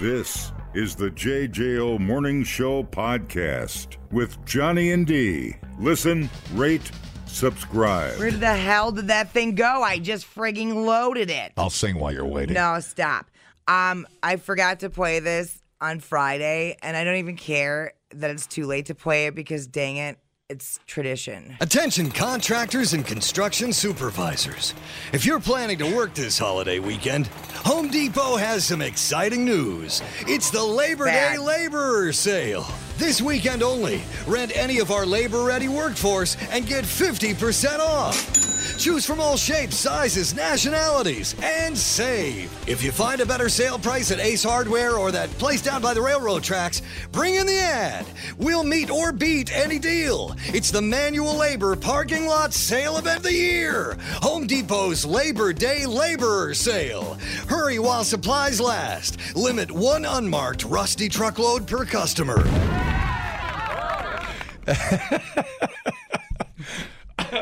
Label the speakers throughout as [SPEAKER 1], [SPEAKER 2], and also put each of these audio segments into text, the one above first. [SPEAKER 1] This is the JJO Morning Show podcast with Johnny and D. Listen, rate, subscribe.
[SPEAKER 2] Where the hell did that thing go? I just frigging loaded it.
[SPEAKER 3] I'll sing while you're waiting.
[SPEAKER 2] No, stop. Um, I forgot to play this on Friday, and I don't even care that it's too late to play it because dang it, it's tradition.
[SPEAKER 4] Attention contractors and construction supervisors. If you're planning to work this holiday weekend, Home Depot has some exciting news. It's the Labor
[SPEAKER 2] Bad.
[SPEAKER 4] Day Laborer Sale. This weekend only, rent any of our labor ready workforce and get 50% off. Choose from all shapes, sizes, nationalities, and save. If you find a better sale price at Ace Hardware or that place down by the railroad tracks, bring in the ad. We'll meet or beat any deal. It's the manual labor parking lot sale event of the year. Home Depot's Labor Day Laborer Sale. Hurry while supplies last. Limit one unmarked rusty truckload per customer.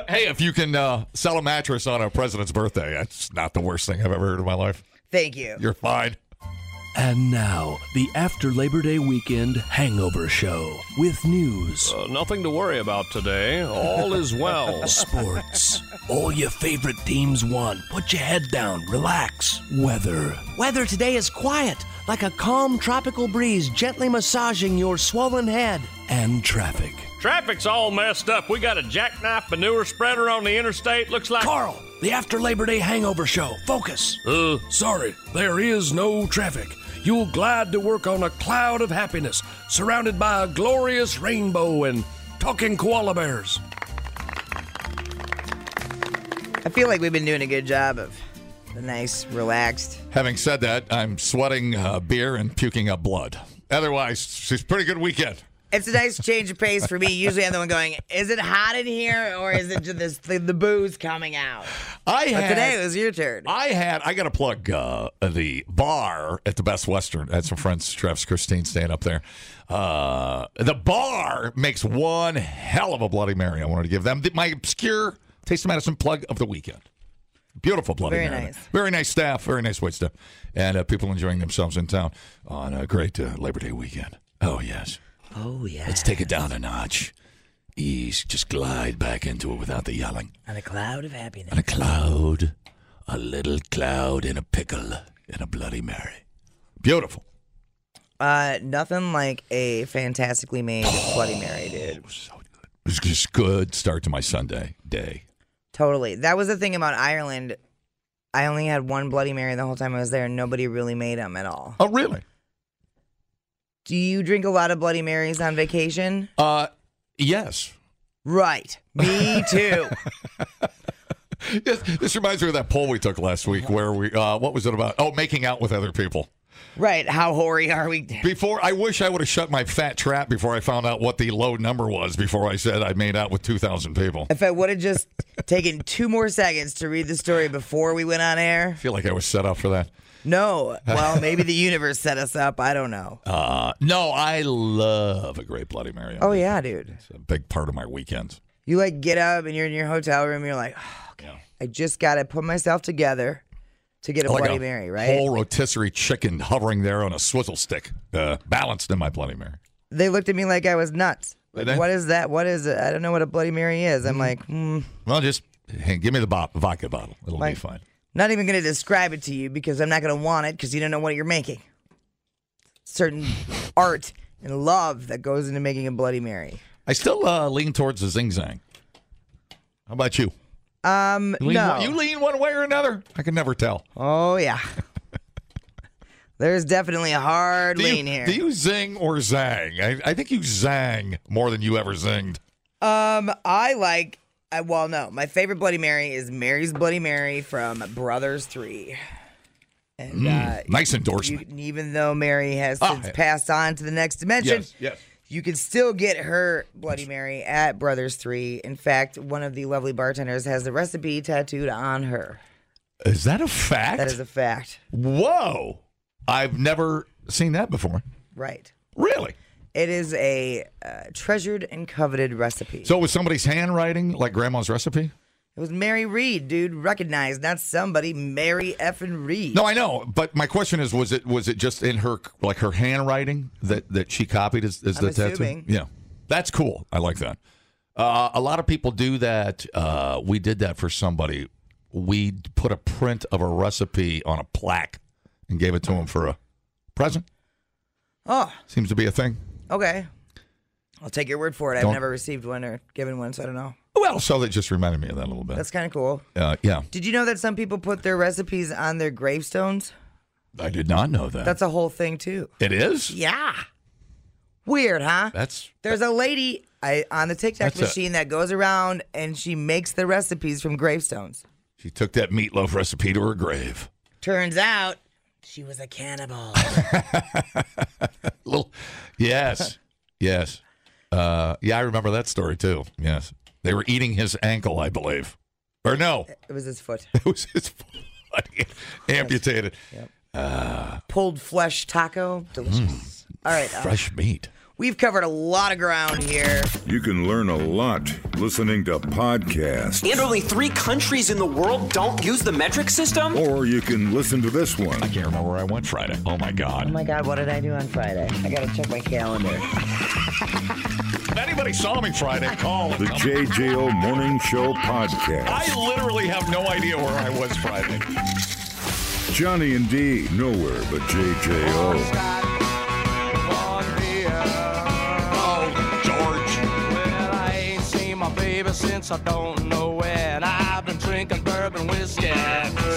[SPEAKER 3] Hey, if you can uh, sell a mattress on a president's birthday, that's not the worst thing I've ever heard in my life.
[SPEAKER 2] Thank you.
[SPEAKER 3] You're fine.
[SPEAKER 5] And now, the after Labor Day weekend hangover show with news,
[SPEAKER 6] Uh, nothing to worry about today. All is well.
[SPEAKER 5] sports, all your favorite teams won. Put your head down, relax. Weather,
[SPEAKER 7] Weather today is quiet, like a calm tropical breeze gently massaging your swollen head.
[SPEAKER 5] and traffic.
[SPEAKER 6] Traffic's all messed up. We got a jackknife manure spreader on the interstate. Looks like.
[SPEAKER 5] Carl, the after Labor Day hangover show, focus.
[SPEAKER 6] Uh,
[SPEAKER 5] Sorry, there is no traffic. You'll glide to work on a cloud of happiness, surrounded by a glorious rainbow and talking koala bears.
[SPEAKER 2] I feel like we've been doing a good job of the nice, relaxed.
[SPEAKER 3] Having said that, I'm sweating uh, beer and puking up blood. Otherwise, she's pretty good weekend.
[SPEAKER 2] It's a nice change of pace for me. Usually, I'm the one going, "Is it hot in here, or is it just this, the, the booze coming out?"
[SPEAKER 3] I
[SPEAKER 2] But
[SPEAKER 3] had
[SPEAKER 2] today it was your turn.
[SPEAKER 3] I had I got to plug uh, the bar at the Best Western. I had some friends, chefs, Christine, staying up there. Uh, the bar makes one hell of a Bloody Mary. I wanted to give them the, my obscure taste of medicine plug of the weekend. Beautiful Bloody
[SPEAKER 2] Very
[SPEAKER 3] Mary.
[SPEAKER 2] nice.
[SPEAKER 3] Very nice staff. Very nice wait staff, and uh, people enjoying themselves in town on a great uh, Labor Day weekend. Oh yes.
[SPEAKER 2] oh yeah,
[SPEAKER 3] Let's take it down a notch. Ease. Just glide back into it without the yelling
[SPEAKER 2] on a cloud of happiness.
[SPEAKER 3] and a cloud, a little cloud in a pickle, and a Bloody Mary. Beautiful.
[SPEAKER 2] Uh, nothing like a fantastically made Bloody Mary, dude.
[SPEAKER 3] It's just good start to my Sunday day.
[SPEAKER 2] Totally. That was the thing about Ireland. I only had one Bloody Mary the whole time I was there, and nobody really made them at all.
[SPEAKER 3] Oh, really?
[SPEAKER 2] Do you drink a lot of Bloody Marys on vacation?
[SPEAKER 3] Uh, yes.
[SPEAKER 2] Right. Me too.
[SPEAKER 3] Yes, This reminds me of that poll we took last week where we, uh, what was it about? Oh, making out with other people.
[SPEAKER 2] right. How hoary are we?
[SPEAKER 3] Before, I wish I would have shut my fat trap before I found out what the low number was before I said I made out with 2,000 people. I
[SPEAKER 2] If I would have just taken two more seconds to read the story before we went on air,
[SPEAKER 3] feel like I was set up for that.
[SPEAKER 2] no. Well, maybe the universe set us up. I don't know.
[SPEAKER 3] Uh, no, I love a great Bloody Mary.
[SPEAKER 2] Oh, yeah, dude.
[SPEAKER 3] It's a big part of my weekends.
[SPEAKER 2] You like get up and you're in your hotel room. You're like, "Oh, okay, I just got to put myself together to get a
[SPEAKER 3] like
[SPEAKER 2] Bloody
[SPEAKER 3] Oh, a
[SPEAKER 2] Mary, right?
[SPEAKER 3] Whole rotisserie chicken hovering there on a swizzle stick, uh, balanced in my Bloody Mary.
[SPEAKER 2] they looked at me like I was nuts. Like,
[SPEAKER 3] Did Mm. they?
[SPEAKER 2] what is that? What is it? I don't know what a Bloody Mary is. I'm like, hmm,
[SPEAKER 3] Well, just hey, give me the bo- vodka bottle. It'll
[SPEAKER 2] Like-
[SPEAKER 3] be fine.
[SPEAKER 2] not even going to describe it to you because I'm not going to want it because you don't know what you're making. Certain art and love that goes into making a Bloody Mary.
[SPEAKER 3] I still uh, lean towards the zing zang. How about you?
[SPEAKER 2] Um,
[SPEAKER 3] You lean,
[SPEAKER 2] no.
[SPEAKER 3] one, you lean one way or another. I can never tell.
[SPEAKER 2] oh yeah. There's definitely a hard
[SPEAKER 3] Do
[SPEAKER 2] lean
[SPEAKER 3] you,
[SPEAKER 2] here.
[SPEAKER 3] Do you zing or zang? I, I think you zang more than you ever zinged.
[SPEAKER 2] Um, I like. I, well, no, my favorite Bloody Mary is Mary's Bloody Mary from Brothers Three, and uh,
[SPEAKER 3] Nice
[SPEAKER 2] you,
[SPEAKER 3] endorsement.
[SPEAKER 2] can- even though Mary has
[SPEAKER 3] Mm. Ah,
[SPEAKER 2] since
[SPEAKER 3] yeah.
[SPEAKER 2] passed on to the next dimension,
[SPEAKER 3] Yes, yes.
[SPEAKER 2] you can still get her Bloody Mary at Brothers Three. In fact, one of the lovely bartenders has the recipe tattooed on her.
[SPEAKER 3] Is that a fact?
[SPEAKER 2] That is a fact,
[SPEAKER 3] Whoa! I've never seen that before.
[SPEAKER 2] right?
[SPEAKER 3] Really?
[SPEAKER 2] It is a uh, treasured and coveted recipe.
[SPEAKER 3] So it was somebody's handwriting, like Grandma's recipe?
[SPEAKER 2] It was Mary Reed, dude. Recognize not somebody, Mary effing Reed.
[SPEAKER 3] No, I know, but my question is, was it was it just in her like her handwriting that that she copied as, as
[SPEAKER 2] I'm
[SPEAKER 3] the
[SPEAKER 2] assuming.
[SPEAKER 3] tattoo? Yeah, that's cool. I like that. Uh, a lot of people do that. Uh, we did that for somebody. We put a print of a recipe on a plaque and gave it to him for a present.
[SPEAKER 2] Oh,
[SPEAKER 3] Seems to be a thing.
[SPEAKER 2] okay. I'll take your word for it. I've
[SPEAKER 3] Don't-
[SPEAKER 2] never received one or given one, so I don't know.
[SPEAKER 3] Well, so that just reminded me of that a little bit.
[SPEAKER 2] That's kind of cool.
[SPEAKER 3] Uh, yeah,
[SPEAKER 2] Did you know that some people put their recipes on their gravestones?
[SPEAKER 3] I did not know that.
[SPEAKER 2] That's a whole thing too.
[SPEAKER 3] it is.
[SPEAKER 2] Yeah. Weird, huh?
[SPEAKER 3] That's
[SPEAKER 2] There's a lady I, on the Tic Tac
[SPEAKER 3] That's a-
[SPEAKER 2] machine that goes around and she makes the recipes from gravestones.
[SPEAKER 3] she took that meatloaf recipe to her grave.
[SPEAKER 2] Turns out she was a cannibal.
[SPEAKER 3] little yes yes uh yeah i remember that story too yes they were eating his ankle i believe or no
[SPEAKER 2] it was his foot.
[SPEAKER 3] it was his foot. amputated
[SPEAKER 2] Pulled flesh taco. Delicious.
[SPEAKER 3] Hmm.
[SPEAKER 2] All right. uh,
[SPEAKER 3] fresh meat
[SPEAKER 2] we've covered a lot of ground here.
[SPEAKER 1] You can learn a lot listening to podcasts,
[SPEAKER 8] And only three countries in the world don't use the metric system?
[SPEAKER 1] or you can listen to this one.
[SPEAKER 3] i can't remember where i went friday oh my
[SPEAKER 2] Oh
[SPEAKER 3] god
[SPEAKER 2] my God, what did I do on Friday? I got to check my calendar.
[SPEAKER 3] if anybody saw me friday call and
[SPEAKER 1] The
[SPEAKER 3] tell me.
[SPEAKER 1] JJO Morning Show Podcast.
[SPEAKER 3] i literally have no idea where i was friday
[SPEAKER 1] Johnny and D, nowhere but JJO.
[SPEAKER 3] oh george
[SPEAKER 9] Well, I ain't seen my baby since I don't know when. I've been drinking bourbon whiskey,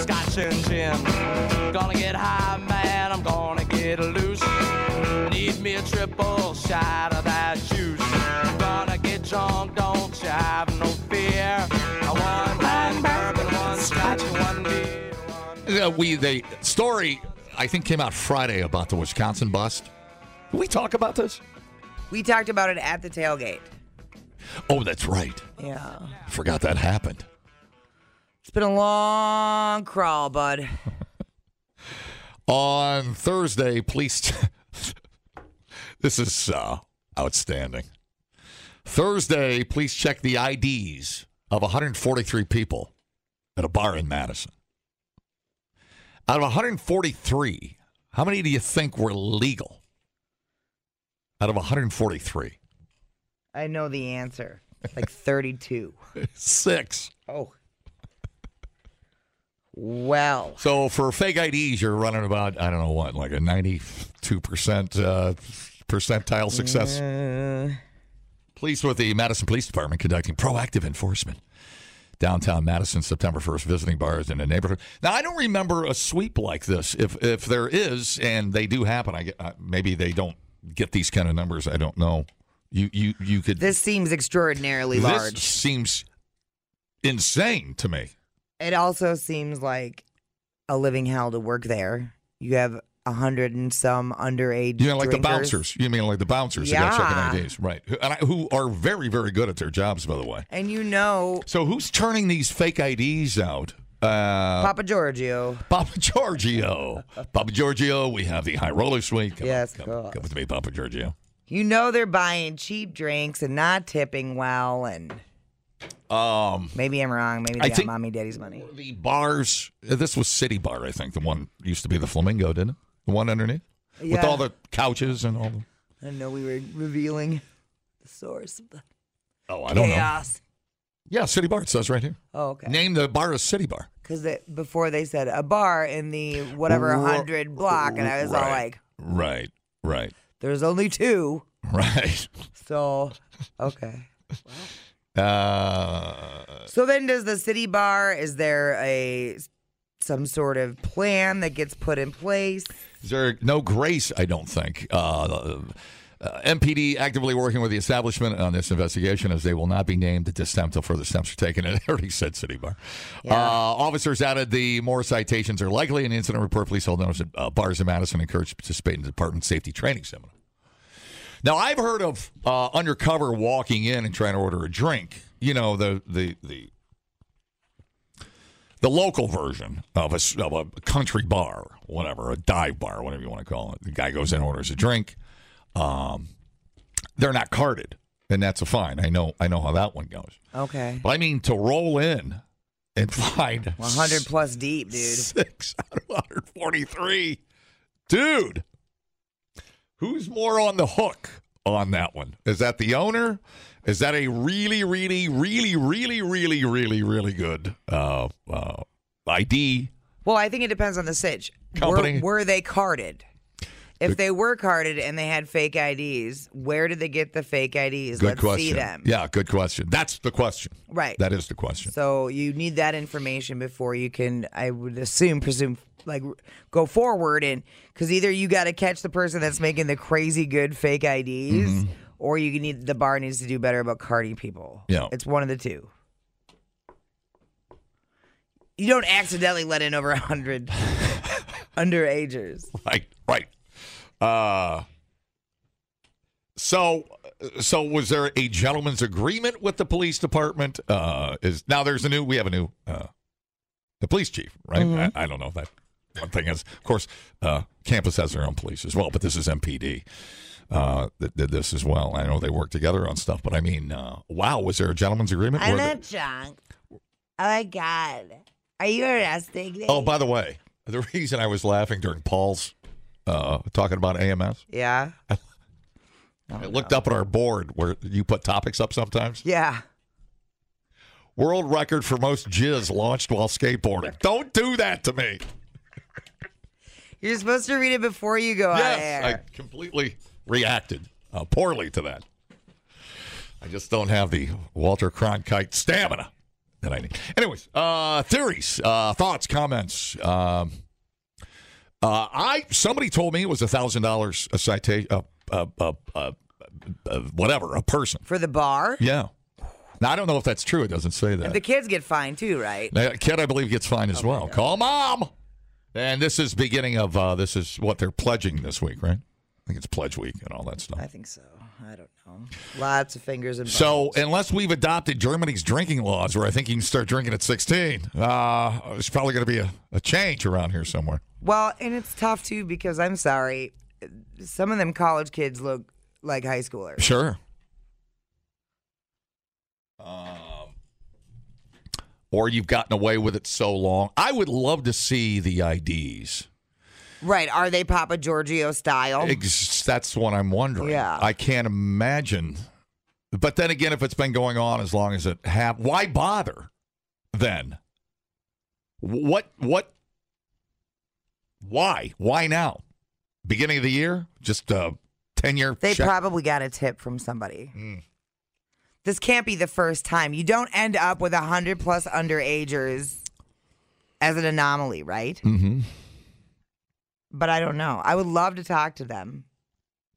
[SPEAKER 9] scotch and gin. Gonna get high, man, I'm gonna get loose. Need me a triple shot of that juice. Gonna get drunk, don't you have no fear. I want one bourbon, one scotch, and one beer.
[SPEAKER 3] Uh, we the story i think came out friday about the wisconsin bust did we talk about this
[SPEAKER 2] We talked about it at the tailgate.
[SPEAKER 3] oh that's right
[SPEAKER 2] Yeah.
[SPEAKER 3] forgot that happened
[SPEAKER 2] It's been a long crawl, bud.
[SPEAKER 3] on Thursday, police. this is uh, outstanding. Thursday, police checked the IDs of 143 people at a bar in Madison. Out of 143, how many do you think were legal? Out of 143,
[SPEAKER 2] I know the answer. Like 32.
[SPEAKER 3] six.
[SPEAKER 2] Oh. Well,
[SPEAKER 3] So for fake IDs, you're running about I don't know what, like a 92 percent uh, percentile success. Police with the Madison Police Department conducting proactive enforcement. Downtown Madison, September 1st, visiting bars in the neighborhood. Now, I don't remember a sweep like this. If if there is, and they do happen, I get, uh, maybe they don't get these kind of numbers. I don't know. You you you could.
[SPEAKER 2] this seems extraordinarily
[SPEAKER 3] this
[SPEAKER 2] large.
[SPEAKER 3] seems insane to me.
[SPEAKER 2] It also seems like a living hell to work there. You have a hundred and some underage.
[SPEAKER 3] You mean like the
[SPEAKER 2] drinkers.
[SPEAKER 3] bouncers? You mean like the bouncers that got
[SPEAKER 2] Yeah.
[SPEAKER 3] checking IDs, right? Who- And I, who are very, very good at their jobs, by the way.
[SPEAKER 2] And you know,
[SPEAKER 3] So who's turning these fake IDs out? Uh,
[SPEAKER 2] Papa Giorgio.
[SPEAKER 3] Papa Giorgio. Papa Giorgio. We have the high roller suite. Come
[SPEAKER 2] Yes,
[SPEAKER 3] on,
[SPEAKER 2] of
[SPEAKER 3] come,
[SPEAKER 2] course.
[SPEAKER 3] come with me, Papa Giorgio.
[SPEAKER 2] You know they're buying cheap drinks and not tipping well. And
[SPEAKER 3] Um,
[SPEAKER 2] maybe I'm wrong. Maybe
[SPEAKER 3] I
[SPEAKER 2] they got
[SPEAKER 3] think-
[SPEAKER 2] mommy daddy's money.
[SPEAKER 3] the bars. uh, This was City Bar, I think. The one used to be the Flamingo, didn't it? The one underneath with
[SPEAKER 2] Yeah.
[SPEAKER 3] all the couches and all the.
[SPEAKER 2] I know we were revealing the source of the
[SPEAKER 3] Oh, I don't know.
[SPEAKER 2] chaos.
[SPEAKER 3] Yeah, City Bar. It says right here.
[SPEAKER 2] Oh, okay.
[SPEAKER 3] Name the bar is City Bar.
[SPEAKER 2] Because before they said a bar in the whatever
[SPEAKER 3] Ru-
[SPEAKER 2] 100 block, and I was all
[SPEAKER 3] right.
[SPEAKER 2] like,
[SPEAKER 3] Right. Right.
[SPEAKER 2] there's only two.
[SPEAKER 3] Right.
[SPEAKER 2] So, okay.
[SPEAKER 3] Uh,
[SPEAKER 2] So then, does the city bar? Is there a some sort of plan that gets put in place?
[SPEAKER 3] Is there no grace? I don't think. Uh, uh, MPD actively working with the establishment on this investigation as they will not be named at this time until further steps are taken. And I already said City Bar. Uh, officers added the more citations are likely. An incident report police hold notice that uh, bars in Madison encouraged to participate in the department safety training seminar. Now I've heard of uh, undercover walking in and trying to order a drink. You know the the the the local version of a, s- of a country bar, whatever, a dive bar, whatever you want to call it. The guy goes in, orders a drink. Um, they're not carded. and that's a fine. I know I know how that one goes.
[SPEAKER 2] Okay.
[SPEAKER 3] But I mean to roll in and find
[SPEAKER 2] 100 plus deep, dude.
[SPEAKER 3] six out of 143. Dude, who's more on the hook on that one? Is that the owner? Is that a really, really, really, really, really, really, really good uh, uh, ID?
[SPEAKER 2] Well, I think it depends on the sitch.
[SPEAKER 3] Company.
[SPEAKER 2] Were, were they carded? If they were carded and they had fake IDs, where did they get the fake IDs?
[SPEAKER 3] Good
[SPEAKER 2] Let's
[SPEAKER 3] question.
[SPEAKER 2] see them.
[SPEAKER 3] Yeah, good question. That's the question.
[SPEAKER 2] Right.
[SPEAKER 3] That is the question.
[SPEAKER 2] So you need that information before you can, I would assume, presume, like go forward and because either you got to catch the person that's making the crazy good fake IDs,
[SPEAKER 3] Mm-hmm.
[SPEAKER 2] or you need the bar needs to do better about carding people.
[SPEAKER 3] Yeah.
[SPEAKER 2] it's one of the two. You don't accidentally let in over a hundred underagers.
[SPEAKER 3] right, right. Uh, so, so was there a gentleman's agreement with the police department? Uh, is now there's a new we have a new uh, the police chief, right? I, I don't know if that one thing is. Of course, uh, campus has their own police as well, but this is MPD. Uh, that did this as well. I know they work together on stuff, but I mean, uh, wow, was there a gentleman's agreement? Were there-
[SPEAKER 2] drunk. Oh my god, are you arresting me?
[SPEAKER 3] oh, by the way, the reason I was laughing during Paul's uh, talking about AMS,
[SPEAKER 2] yeah,
[SPEAKER 3] I looked up at our board where you put topics up sometimes.
[SPEAKER 2] yeah.
[SPEAKER 3] World record for most jizz launched while skateboarding. Don't do that to me.
[SPEAKER 2] You're supposed to read it before you go out
[SPEAKER 3] Yes, I completely reacted uh, poorly to that. I just don't have the Walter Cronkite stamina that I need. Anyways, uh, theories, uh, thoughts, comments. Um, uh, I somebody told me it was a thousand dollars a citation, uh, uh, uh, uh, uh, whatever, a person.
[SPEAKER 2] for the bar.
[SPEAKER 3] Yeah. Now I don't know if that's true. It doesn't say that.
[SPEAKER 2] The kids get fined too, right?
[SPEAKER 3] That kid, I believe, gets fined as well. Call mom. And this is beginning of uh, this is what they're pledging this week, right? I think it's pledge week and all that
[SPEAKER 2] I
[SPEAKER 3] stuff.
[SPEAKER 2] think so. I don't know. Lots of fingers and
[SPEAKER 3] So unless we've adopted Germany's drinking laws, where I think you can start drinking at 16, uh, there's probably going to be a, a change around here somewhere.
[SPEAKER 2] well, and it's tough too because I'm sorry, some of them college kids look like high schoolers.
[SPEAKER 3] Sure. Um, Um, or you've gotten away with it so long. I would love to see the IDs.
[SPEAKER 2] Right? Are they Papa Giorgio style?
[SPEAKER 3] Ex- that's what I'm wondering.
[SPEAKER 2] Oh. Yeah.
[SPEAKER 3] I can't imagine. But then again, if it's been going on as long as it have, why bother? Then, what? What? Why? Why now? Beginning of the year, just a ten-year.
[SPEAKER 2] They probably got a tip from somebody.
[SPEAKER 3] Hmm.
[SPEAKER 2] This can't be the first time. You don't end up with a hundred plus underagers as an anomaly, right?
[SPEAKER 3] hmm
[SPEAKER 2] But I don't know. I would love to talk to them.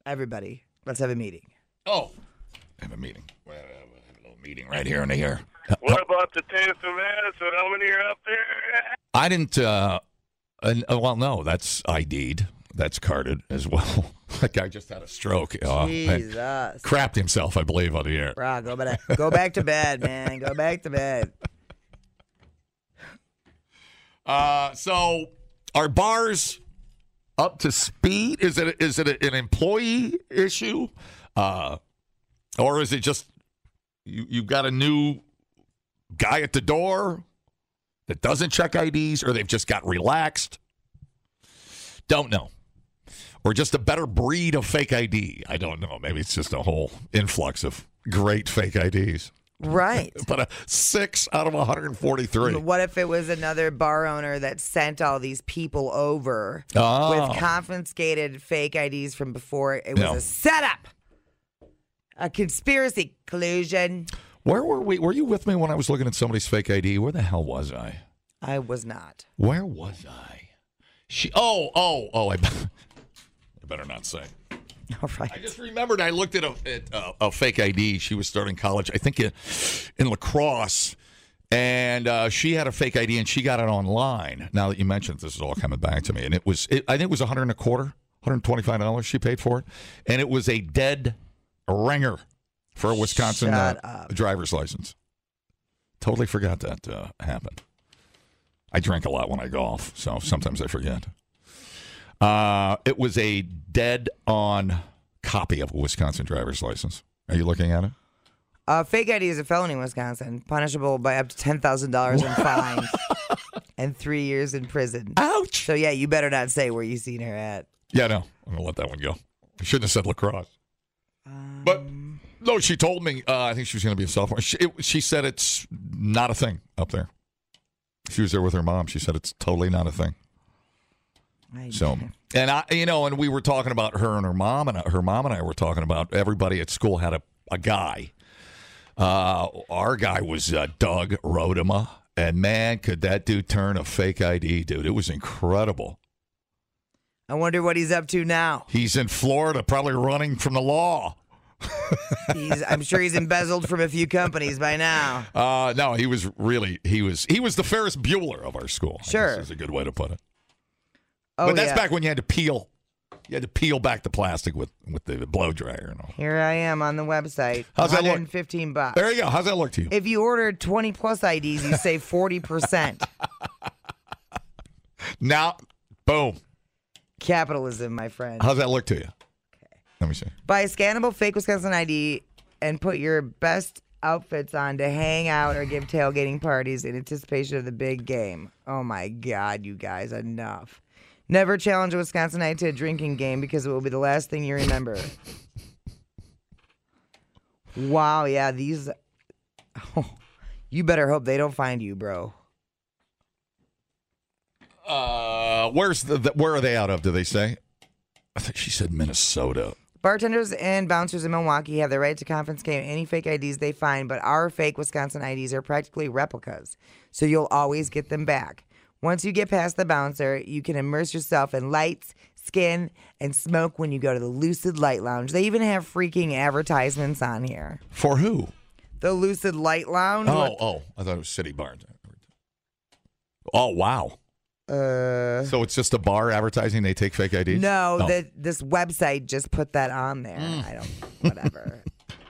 [SPEAKER 2] Everybody, let's have a meeting.
[SPEAKER 3] Oh, I have a meeting. Well, I have a little meeting right here and here.
[SPEAKER 10] What about the Tenth Amendment? How many are up there?
[SPEAKER 3] I didn't. Uh, and, uh, well, no, that's ID'd. That's carded as well. that guy just had a stroke. Uh, and
[SPEAKER 2] Jesus.
[SPEAKER 3] crapped himself, I believe, on the air.
[SPEAKER 2] Bro, go back, go back to bed, man. Go back to bed.
[SPEAKER 3] Uh, so, are bars up to speed? Is it is it an employee issue, uh, or is it just you you've got a new guy at the door that doesn't check IDs, or they've just got relaxed? Don't know. Or just a better breed of fake ID. I don't know. Maybe it's just a whole influx of great fake IDs.
[SPEAKER 2] Right.
[SPEAKER 3] But a six out of 143.
[SPEAKER 2] But what if it was another bar owner that sent all these people over
[SPEAKER 3] Oh.
[SPEAKER 2] with confiscated fake IDs from before? It was
[SPEAKER 3] No.
[SPEAKER 2] a setup, a conspiracy collusion.
[SPEAKER 3] Where were we? Were you with me when I was looking at somebody's fake ID? Where the hell was I?
[SPEAKER 2] I was not.
[SPEAKER 3] Where was I? She. Oh, oh, oh! I, be- I better not say.
[SPEAKER 2] All
[SPEAKER 3] I
[SPEAKER 2] right.
[SPEAKER 3] just remembered. I looked at a at a, a fake ID. She was starting college, I think, in, in lacrosse, and uh, she had a fake ID and she got it online. Now that you mentioned, it, this is all coming back to me, and it was. It, I think it was a hundred and a quarter, one hundred twenty five dollars. She paid for it, and it was a dead ringer for a Wisconsin uh,
[SPEAKER 2] Shut up.
[SPEAKER 3] driver's license. Totally forgot that uh, happened. I drink a lot when I golf, so sometimes I forget. Uh, it was a dead on copy of a Wisconsin driver's license. Are you looking at it?
[SPEAKER 2] Uh, fake ID is a felony in Wisconsin, punishable by up to ten thousand dollars in fines and three years in prison.
[SPEAKER 3] Ouch!
[SPEAKER 2] So yeah, you better not say where you seen her at.
[SPEAKER 3] Yeah, no, I'm gonna let that one go. I shouldn't have said lacrosse. but no, she told me. Uh, I think she was gonna be a sophomore. She, it, she said it's not a thing up there. She was there with her mom. She said it's totally not a thing.
[SPEAKER 2] I-
[SPEAKER 3] So, and I, you know, and we were talking about her and her mom, and uh, her mom and I were talking about everybody at school had a, a guy. Uh, our guy was uh, Doug Rodema, and man, could that dude turn a fake ID, dude? It was incredible.
[SPEAKER 2] I wonder what he's up to now.
[SPEAKER 3] He's in Florida, probably running from the law.
[SPEAKER 2] He's, I'm sure he's embezzled from a few companies by now.
[SPEAKER 3] Uh, no, he was really he was he was the Ferris Bueller of our school. I guess
[SPEAKER 2] Sure.
[SPEAKER 3] is a good way to put it.
[SPEAKER 2] Oh
[SPEAKER 3] but that's
[SPEAKER 2] yeah.
[SPEAKER 3] back when you had to peel, you had to peel back the plastic with with the blow dryer and all.
[SPEAKER 2] Here I am on the website.
[SPEAKER 3] How's that look?
[SPEAKER 2] 115 bucks.
[SPEAKER 3] There you go. How's that look to you?
[SPEAKER 2] If you order 20 plus IDs, you save 40%.
[SPEAKER 3] Now, boom.
[SPEAKER 2] Capitalism, my friend.
[SPEAKER 3] How's that look to you? Let me see.
[SPEAKER 2] Buy a scannable fake Wisconsin ID and put your best outfits on to hang out or give tailgating parties in anticipation of the big game. Oh my God, you guys, enough. Never challenge a Wisconsinite to a drinking game because it will be the last thing you remember. wow, yeah, these. you better hope they don't find you, bro.
[SPEAKER 3] Uh, where's the, the where are they out of? Do they say? I think she said Minnesota.
[SPEAKER 2] Bartenders and bouncers in Milwaukee have the right to confiscate any fake IDs they find, but our fake Wisconsin IDs are practically replicas, so you'll always get them back. Once you get past the bouncer, you can immerse yourself in lights, skin, and smoke when you go to the Lucid Light Lounge. They even have freaking advertisements on here.
[SPEAKER 3] For who?
[SPEAKER 2] The Lucid Light Lounge?
[SPEAKER 3] Oh, oh, I thought it was City Barn. Oh, wow.
[SPEAKER 2] Uh,
[SPEAKER 3] So it's just a bar advertising. They take fake IDs.
[SPEAKER 2] no, that this website just put that on there. I don't, whatever.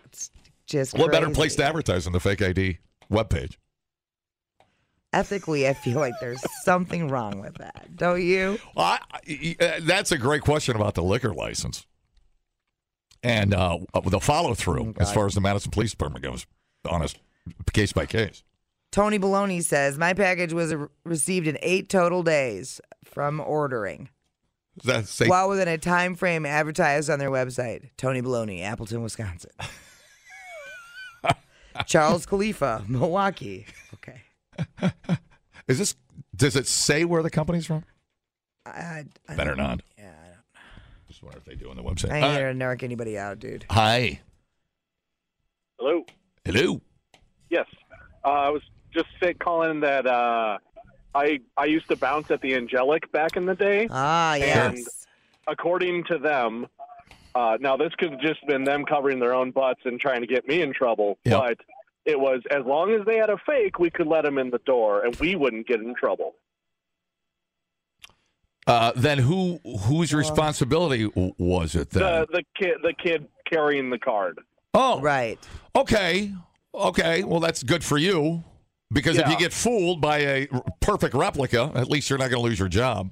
[SPEAKER 2] it's just
[SPEAKER 3] Mm. What better
[SPEAKER 2] crazy.
[SPEAKER 3] place to advertise than the fake ID webpage?
[SPEAKER 2] ethically, I feel like there's something wrong with that, don't you?
[SPEAKER 3] Well, I, I- uh, that's a great question about the liquor license and uh, the follow through
[SPEAKER 2] Mm,
[SPEAKER 3] as far as the Madison Police Department goes, on a case by case.
[SPEAKER 2] Tony Baloney says my package was uh, received in eight total days from ordering,
[SPEAKER 3] That's say,
[SPEAKER 2] while within a time frame advertised on their website. Tony Baloney, Appleton, Wisconsin. Charles Khalifa, Milwaukee. Okay,
[SPEAKER 3] is this? Does it say where the company's from?
[SPEAKER 2] I, I,
[SPEAKER 3] Better not.
[SPEAKER 2] Yeah, I don't-
[SPEAKER 3] Just wonder if they do on the website.
[SPEAKER 2] I ain't
[SPEAKER 3] All right.
[SPEAKER 2] here to narc anybody out, dude.
[SPEAKER 3] Hi.
[SPEAKER 11] Hello.
[SPEAKER 3] Hello.
[SPEAKER 11] Yes. Uh, I was just say, calling that uh, I I used to bounce at the Angelic back in the day.
[SPEAKER 2] Ah,
[SPEAKER 11] And according to them, uh, now this could have just been them covering their own butts and trying to get me in trouble, but it was as long as they had a fake, we could let them in the door and we wouldn't get in trouble.
[SPEAKER 3] Uh, then who whose responsibility w- was it then?
[SPEAKER 11] The the kid the kid carrying the card.
[SPEAKER 3] Oh,
[SPEAKER 2] right.
[SPEAKER 3] Okay, okay. Well, that's good for you because if you
[SPEAKER 11] Yeah.
[SPEAKER 3] get fooled by a r- perfect replica, at least you're not going to lose your job.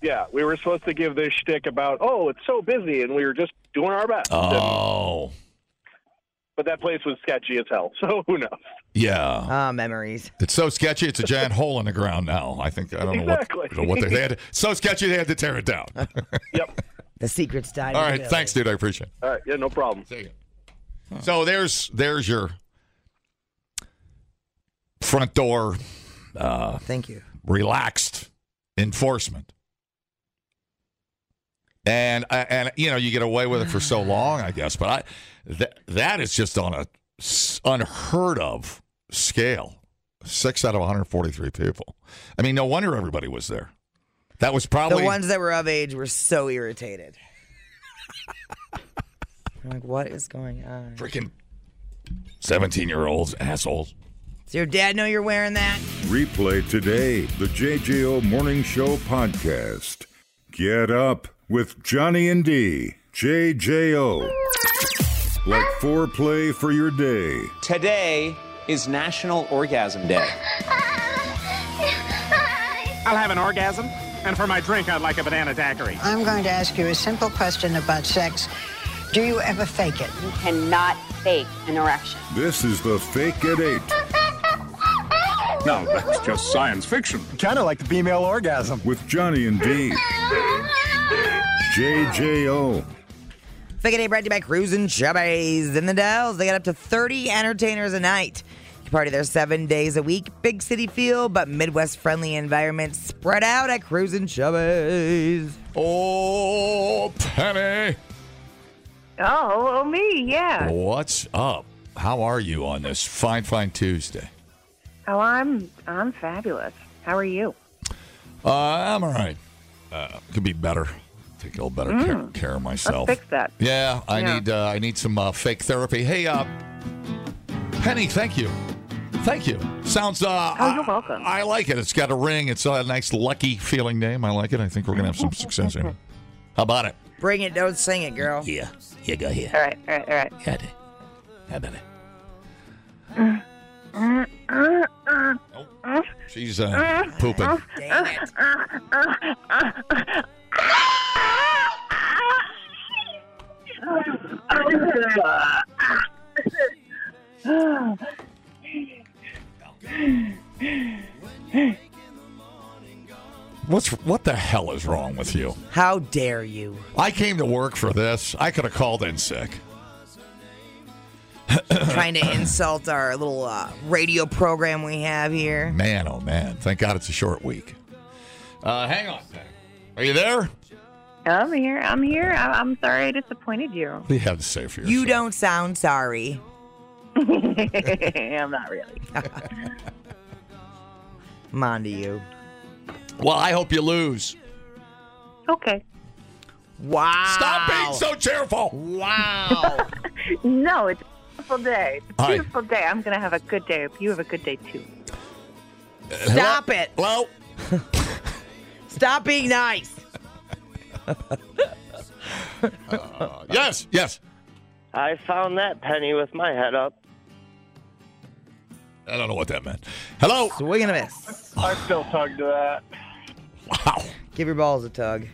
[SPEAKER 11] Yeah, we were supposed to give this shtick about oh it's so busy and we were just doing our best.
[SPEAKER 3] Oh,
[SPEAKER 11] But that place was sketchy as hell, so who knows?
[SPEAKER 3] yeah.
[SPEAKER 2] Ah, memories.
[SPEAKER 3] It's so sketchy. It's a giant hole in the ground now. I think I don't know
[SPEAKER 11] Exactly.
[SPEAKER 3] what, I don't know what they, they had. So sketchy they had to tear it down.
[SPEAKER 2] The secret's died.
[SPEAKER 3] All right, thanks, dude. I appreciate. it.
[SPEAKER 11] All right, yeah, no problem.
[SPEAKER 3] So there's there's your front door uh,
[SPEAKER 2] Thank you.
[SPEAKER 3] relaxed enforcement. And uh, and you know you get away with it for so long, I guess. But I that that is just on a s- unheard of scale. Six out of 143 people. I mean, no wonder everybody was there. That was probably
[SPEAKER 2] the ones that were of age were so irritated. I'm like, what is going on?
[SPEAKER 3] freaking 17 year olds assholes.
[SPEAKER 2] Does your dad know you're wearing that?
[SPEAKER 1] Replay today the JJO Morning Show podcast. Get up with Johnny and D. JJO. Like foreplay for your day.
[SPEAKER 8] Today is National Orgasm Day.
[SPEAKER 12] I'll have an orgasm, and for my drink, I'd like a banana daiquiri.
[SPEAKER 13] I'm going to ask you a simple question about sex.
[SPEAKER 14] Do you ever fake it?
[SPEAKER 15] You cannot fake an erection.
[SPEAKER 1] This is the Fake at 8.
[SPEAKER 16] No, that's just science fiction.
[SPEAKER 1] Kind of like the female orgasm. With Johnny and D. JJO.
[SPEAKER 2] Figure Day brought to you by Cruising Chubbies in the Dells. They got up to 30 entertainers a night. You party there seven days a week. Big city feel, but Midwest friendly environment spread out at Cruising Chubbies.
[SPEAKER 3] Oh, Penny.
[SPEAKER 9] Oh, hello, me. Yeah.
[SPEAKER 3] What's up? How are you on this fine, fine Tuesday?
[SPEAKER 9] Oh, I'm I'm fabulous. How are you?
[SPEAKER 3] Uh, I'm all right. Uh, could be better. Take a little better
[SPEAKER 9] Mm.
[SPEAKER 3] care, care of myself.
[SPEAKER 9] Let's fix that.
[SPEAKER 3] Yeah, I
[SPEAKER 9] Yeah.
[SPEAKER 3] need uh, I need some uh, fake therapy. Hey, uh, Penny, thank you, thank you. Sounds uh,
[SPEAKER 9] Oh, you're welcome.
[SPEAKER 3] I like it. It's got a ring. It's a nice, lucky feeling name. I like it. I think we're gonna have some success here. How about it?
[SPEAKER 2] Bring it, don't sing it, girl.
[SPEAKER 3] Yeah, yeah, go
[SPEAKER 9] All right, all right, all right.
[SPEAKER 3] Got it. How about it? She's uh, pooping. What's what the hell is wrong with you?
[SPEAKER 2] How dare you?
[SPEAKER 3] I came to work for this. I could have called in sick.
[SPEAKER 2] Trying to insult our little uh, radio program we have here.
[SPEAKER 3] Man, oh man! Thank God it's a short week. Uh, hang on. Are you there?
[SPEAKER 9] I'm here. I'm here. I, I'm sorry I disappointed you.
[SPEAKER 3] What do you have to say for yourself?
[SPEAKER 2] You don't sound sorry.
[SPEAKER 9] I'm not really.
[SPEAKER 2] Mind you.
[SPEAKER 3] Well, I hope you lose.
[SPEAKER 9] Okay.
[SPEAKER 2] Wow.
[SPEAKER 3] Stop being so cheerful.
[SPEAKER 2] Wow.
[SPEAKER 9] no, it's a beautiful day. It's a
[SPEAKER 3] Hi.
[SPEAKER 9] beautiful day. I'm gonna have a good day. Hope You have a good day too.
[SPEAKER 2] Stop it.
[SPEAKER 3] Hello?
[SPEAKER 2] Stop being nice.
[SPEAKER 3] yes, yes.
[SPEAKER 17] I found that penny with my head up.
[SPEAKER 3] I don't know what that meant. Hello.
[SPEAKER 2] Swing and a miss.
[SPEAKER 11] I still tug to that.
[SPEAKER 2] Give your balls a tug.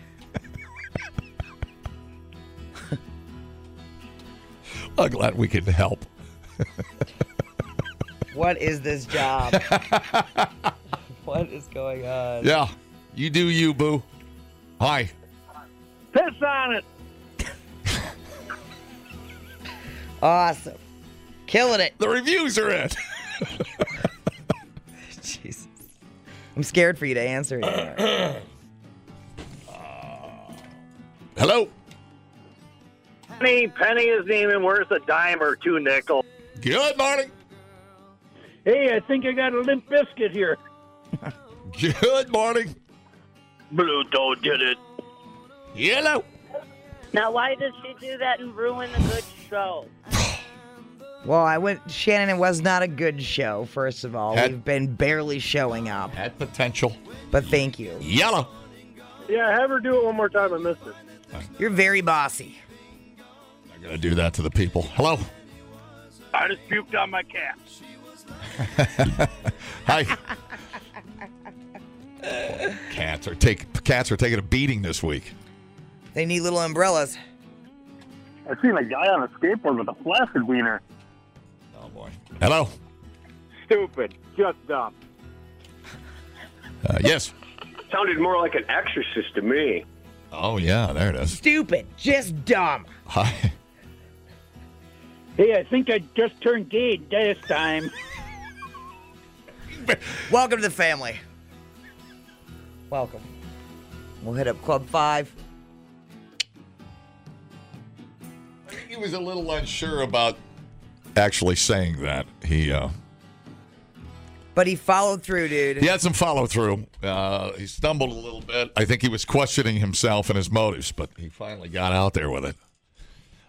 [SPEAKER 3] I'm Uh, glad we can help.
[SPEAKER 2] What is this job? what is going on?
[SPEAKER 3] Yeah. You do you, boo. Hi.
[SPEAKER 11] Piss on it.
[SPEAKER 2] Awesome. Killing it.
[SPEAKER 3] The reviews are in.
[SPEAKER 2] Jesus. I'm scared for you to answer it.
[SPEAKER 3] Hello.
[SPEAKER 11] Penny, penny isn't even worth a dime or two nickel.
[SPEAKER 3] Good morning.
[SPEAKER 11] Hey, I think I got a limp biscuit here.
[SPEAKER 3] Good morning.
[SPEAKER 11] Blue Toad did it.
[SPEAKER 3] Yellow.
[SPEAKER 18] Now, why does she do that and ruin the good show?
[SPEAKER 2] well, I went. Shannon, it was not a good show, first of all.
[SPEAKER 3] Had-
[SPEAKER 2] We've been barely showing up.
[SPEAKER 3] Had potential.
[SPEAKER 2] But thank you.
[SPEAKER 3] Yellow.
[SPEAKER 11] Yeah, have her do it one more time. I missed it.
[SPEAKER 2] You're very bossy.
[SPEAKER 3] I'm going to do that to the people. Hello.
[SPEAKER 11] I just puked on my cat.
[SPEAKER 3] Hi. cats are take cats are taking a beating this week.
[SPEAKER 2] They need little umbrellas.
[SPEAKER 11] I seen a guy on a skateboard with a flaccid wiener.
[SPEAKER 3] Hello.
[SPEAKER 11] Stupid. Just dumb.
[SPEAKER 3] Uh, yes.
[SPEAKER 19] Sounded more like an exorcist to me.
[SPEAKER 3] Oh yeah, there it is.
[SPEAKER 2] Stupid. Just dumb.
[SPEAKER 3] Hi.
[SPEAKER 11] Hey, I think I just turned gay this time.
[SPEAKER 2] Welcome to the family. Welcome. We'll hit up Club 5.
[SPEAKER 3] He was a little unsure about actually saying that. He uh,
[SPEAKER 2] But he followed through, dude.
[SPEAKER 3] he had some follow through. Uh, he stumbled a little bit. I think he was questioning himself and his motives, but he finally got out there with it.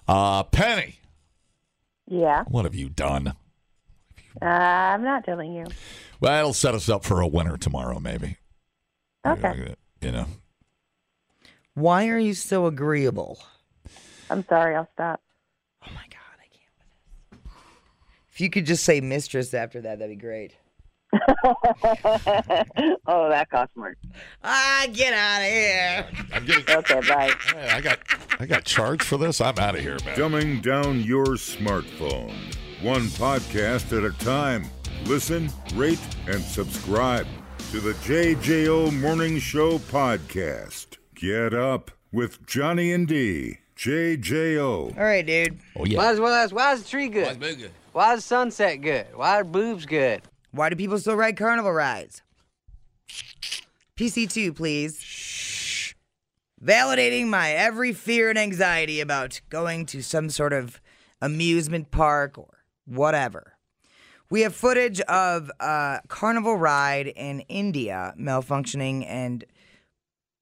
[SPEAKER 3] Uh, Penny,
[SPEAKER 9] Yeah.
[SPEAKER 3] what have you done?
[SPEAKER 9] Uh, I'm not telling you.
[SPEAKER 3] Well, it'll set us up for a winner tomorrow, maybe.
[SPEAKER 9] Okay.
[SPEAKER 3] You know.
[SPEAKER 2] Why are you so agreeable? Oh
[SPEAKER 9] I'm sorry. I'll stop.
[SPEAKER 2] If you could just say mistress after that, that'd be great.
[SPEAKER 13] oh, that costs more.
[SPEAKER 2] Ah, get out of here.
[SPEAKER 3] I'm getting
[SPEAKER 13] okay. Bye.
[SPEAKER 3] I got I got charged for this. I'm out of here, man.
[SPEAKER 1] Dumbing down your smartphone. One podcast at a time. Listen, rate, and subscribe to the JJO Morning Show podcast. Get up with Johnny and D. JJO.
[SPEAKER 2] All right, dude.
[SPEAKER 3] Oh yeah.
[SPEAKER 20] Why is, why, is, why is the tree good? Why is
[SPEAKER 21] boo good?
[SPEAKER 20] Why is sunset good? Why are boobs good?
[SPEAKER 2] Why do people still ride carnival rides? PC2, please. Validating my every fear and anxiety about going to some sort of amusement park or whatever. We have footage of a carnival ride in India malfunctioning and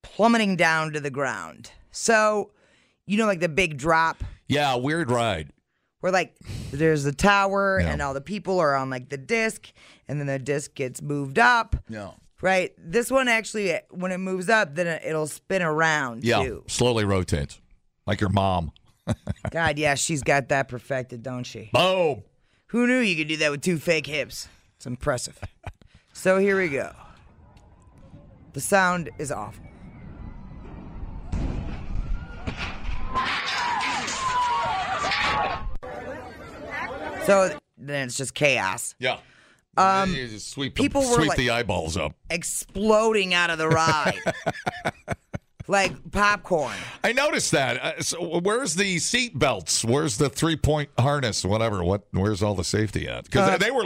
[SPEAKER 2] plummeting down to the ground. So, you know, like the big drop
[SPEAKER 3] Yeah, weird ride.
[SPEAKER 2] where like there's the tower
[SPEAKER 3] Yeah.
[SPEAKER 2] and all the people are on like the disc and then the disc gets moved up
[SPEAKER 3] No.
[SPEAKER 2] right this one actually when it moves up then it- it'll spin around
[SPEAKER 3] Yeah,
[SPEAKER 2] too
[SPEAKER 3] slowly rotates like your mom.
[SPEAKER 2] god yeah she's got that perfected don't she
[SPEAKER 3] Boom.
[SPEAKER 2] who knew you could do that with two fake hips it's impressive so here we go the sound is awful so then it's just chaos
[SPEAKER 3] Yeah.
[SPEAKER 2] um
[SPEAKER 3] You just sweep
[SPEAKER 2] people
[SPEAKER 3] the,
[SPEAKER 2] were
[SPEAKER 3] sweep
[SPEAKER 2] like-
[SPEAKER 3] the eyeballs up.
[SPEAKER 2] exploding out of the ride like popcorn.
[SPEAKER 3] I noticed that. Uh, so where's the seat belts? Where's the three point harness? Whatever. What? Where's all the safety at? Because
[SPEAKER 2] Uh,
[SPEAKER 3] they were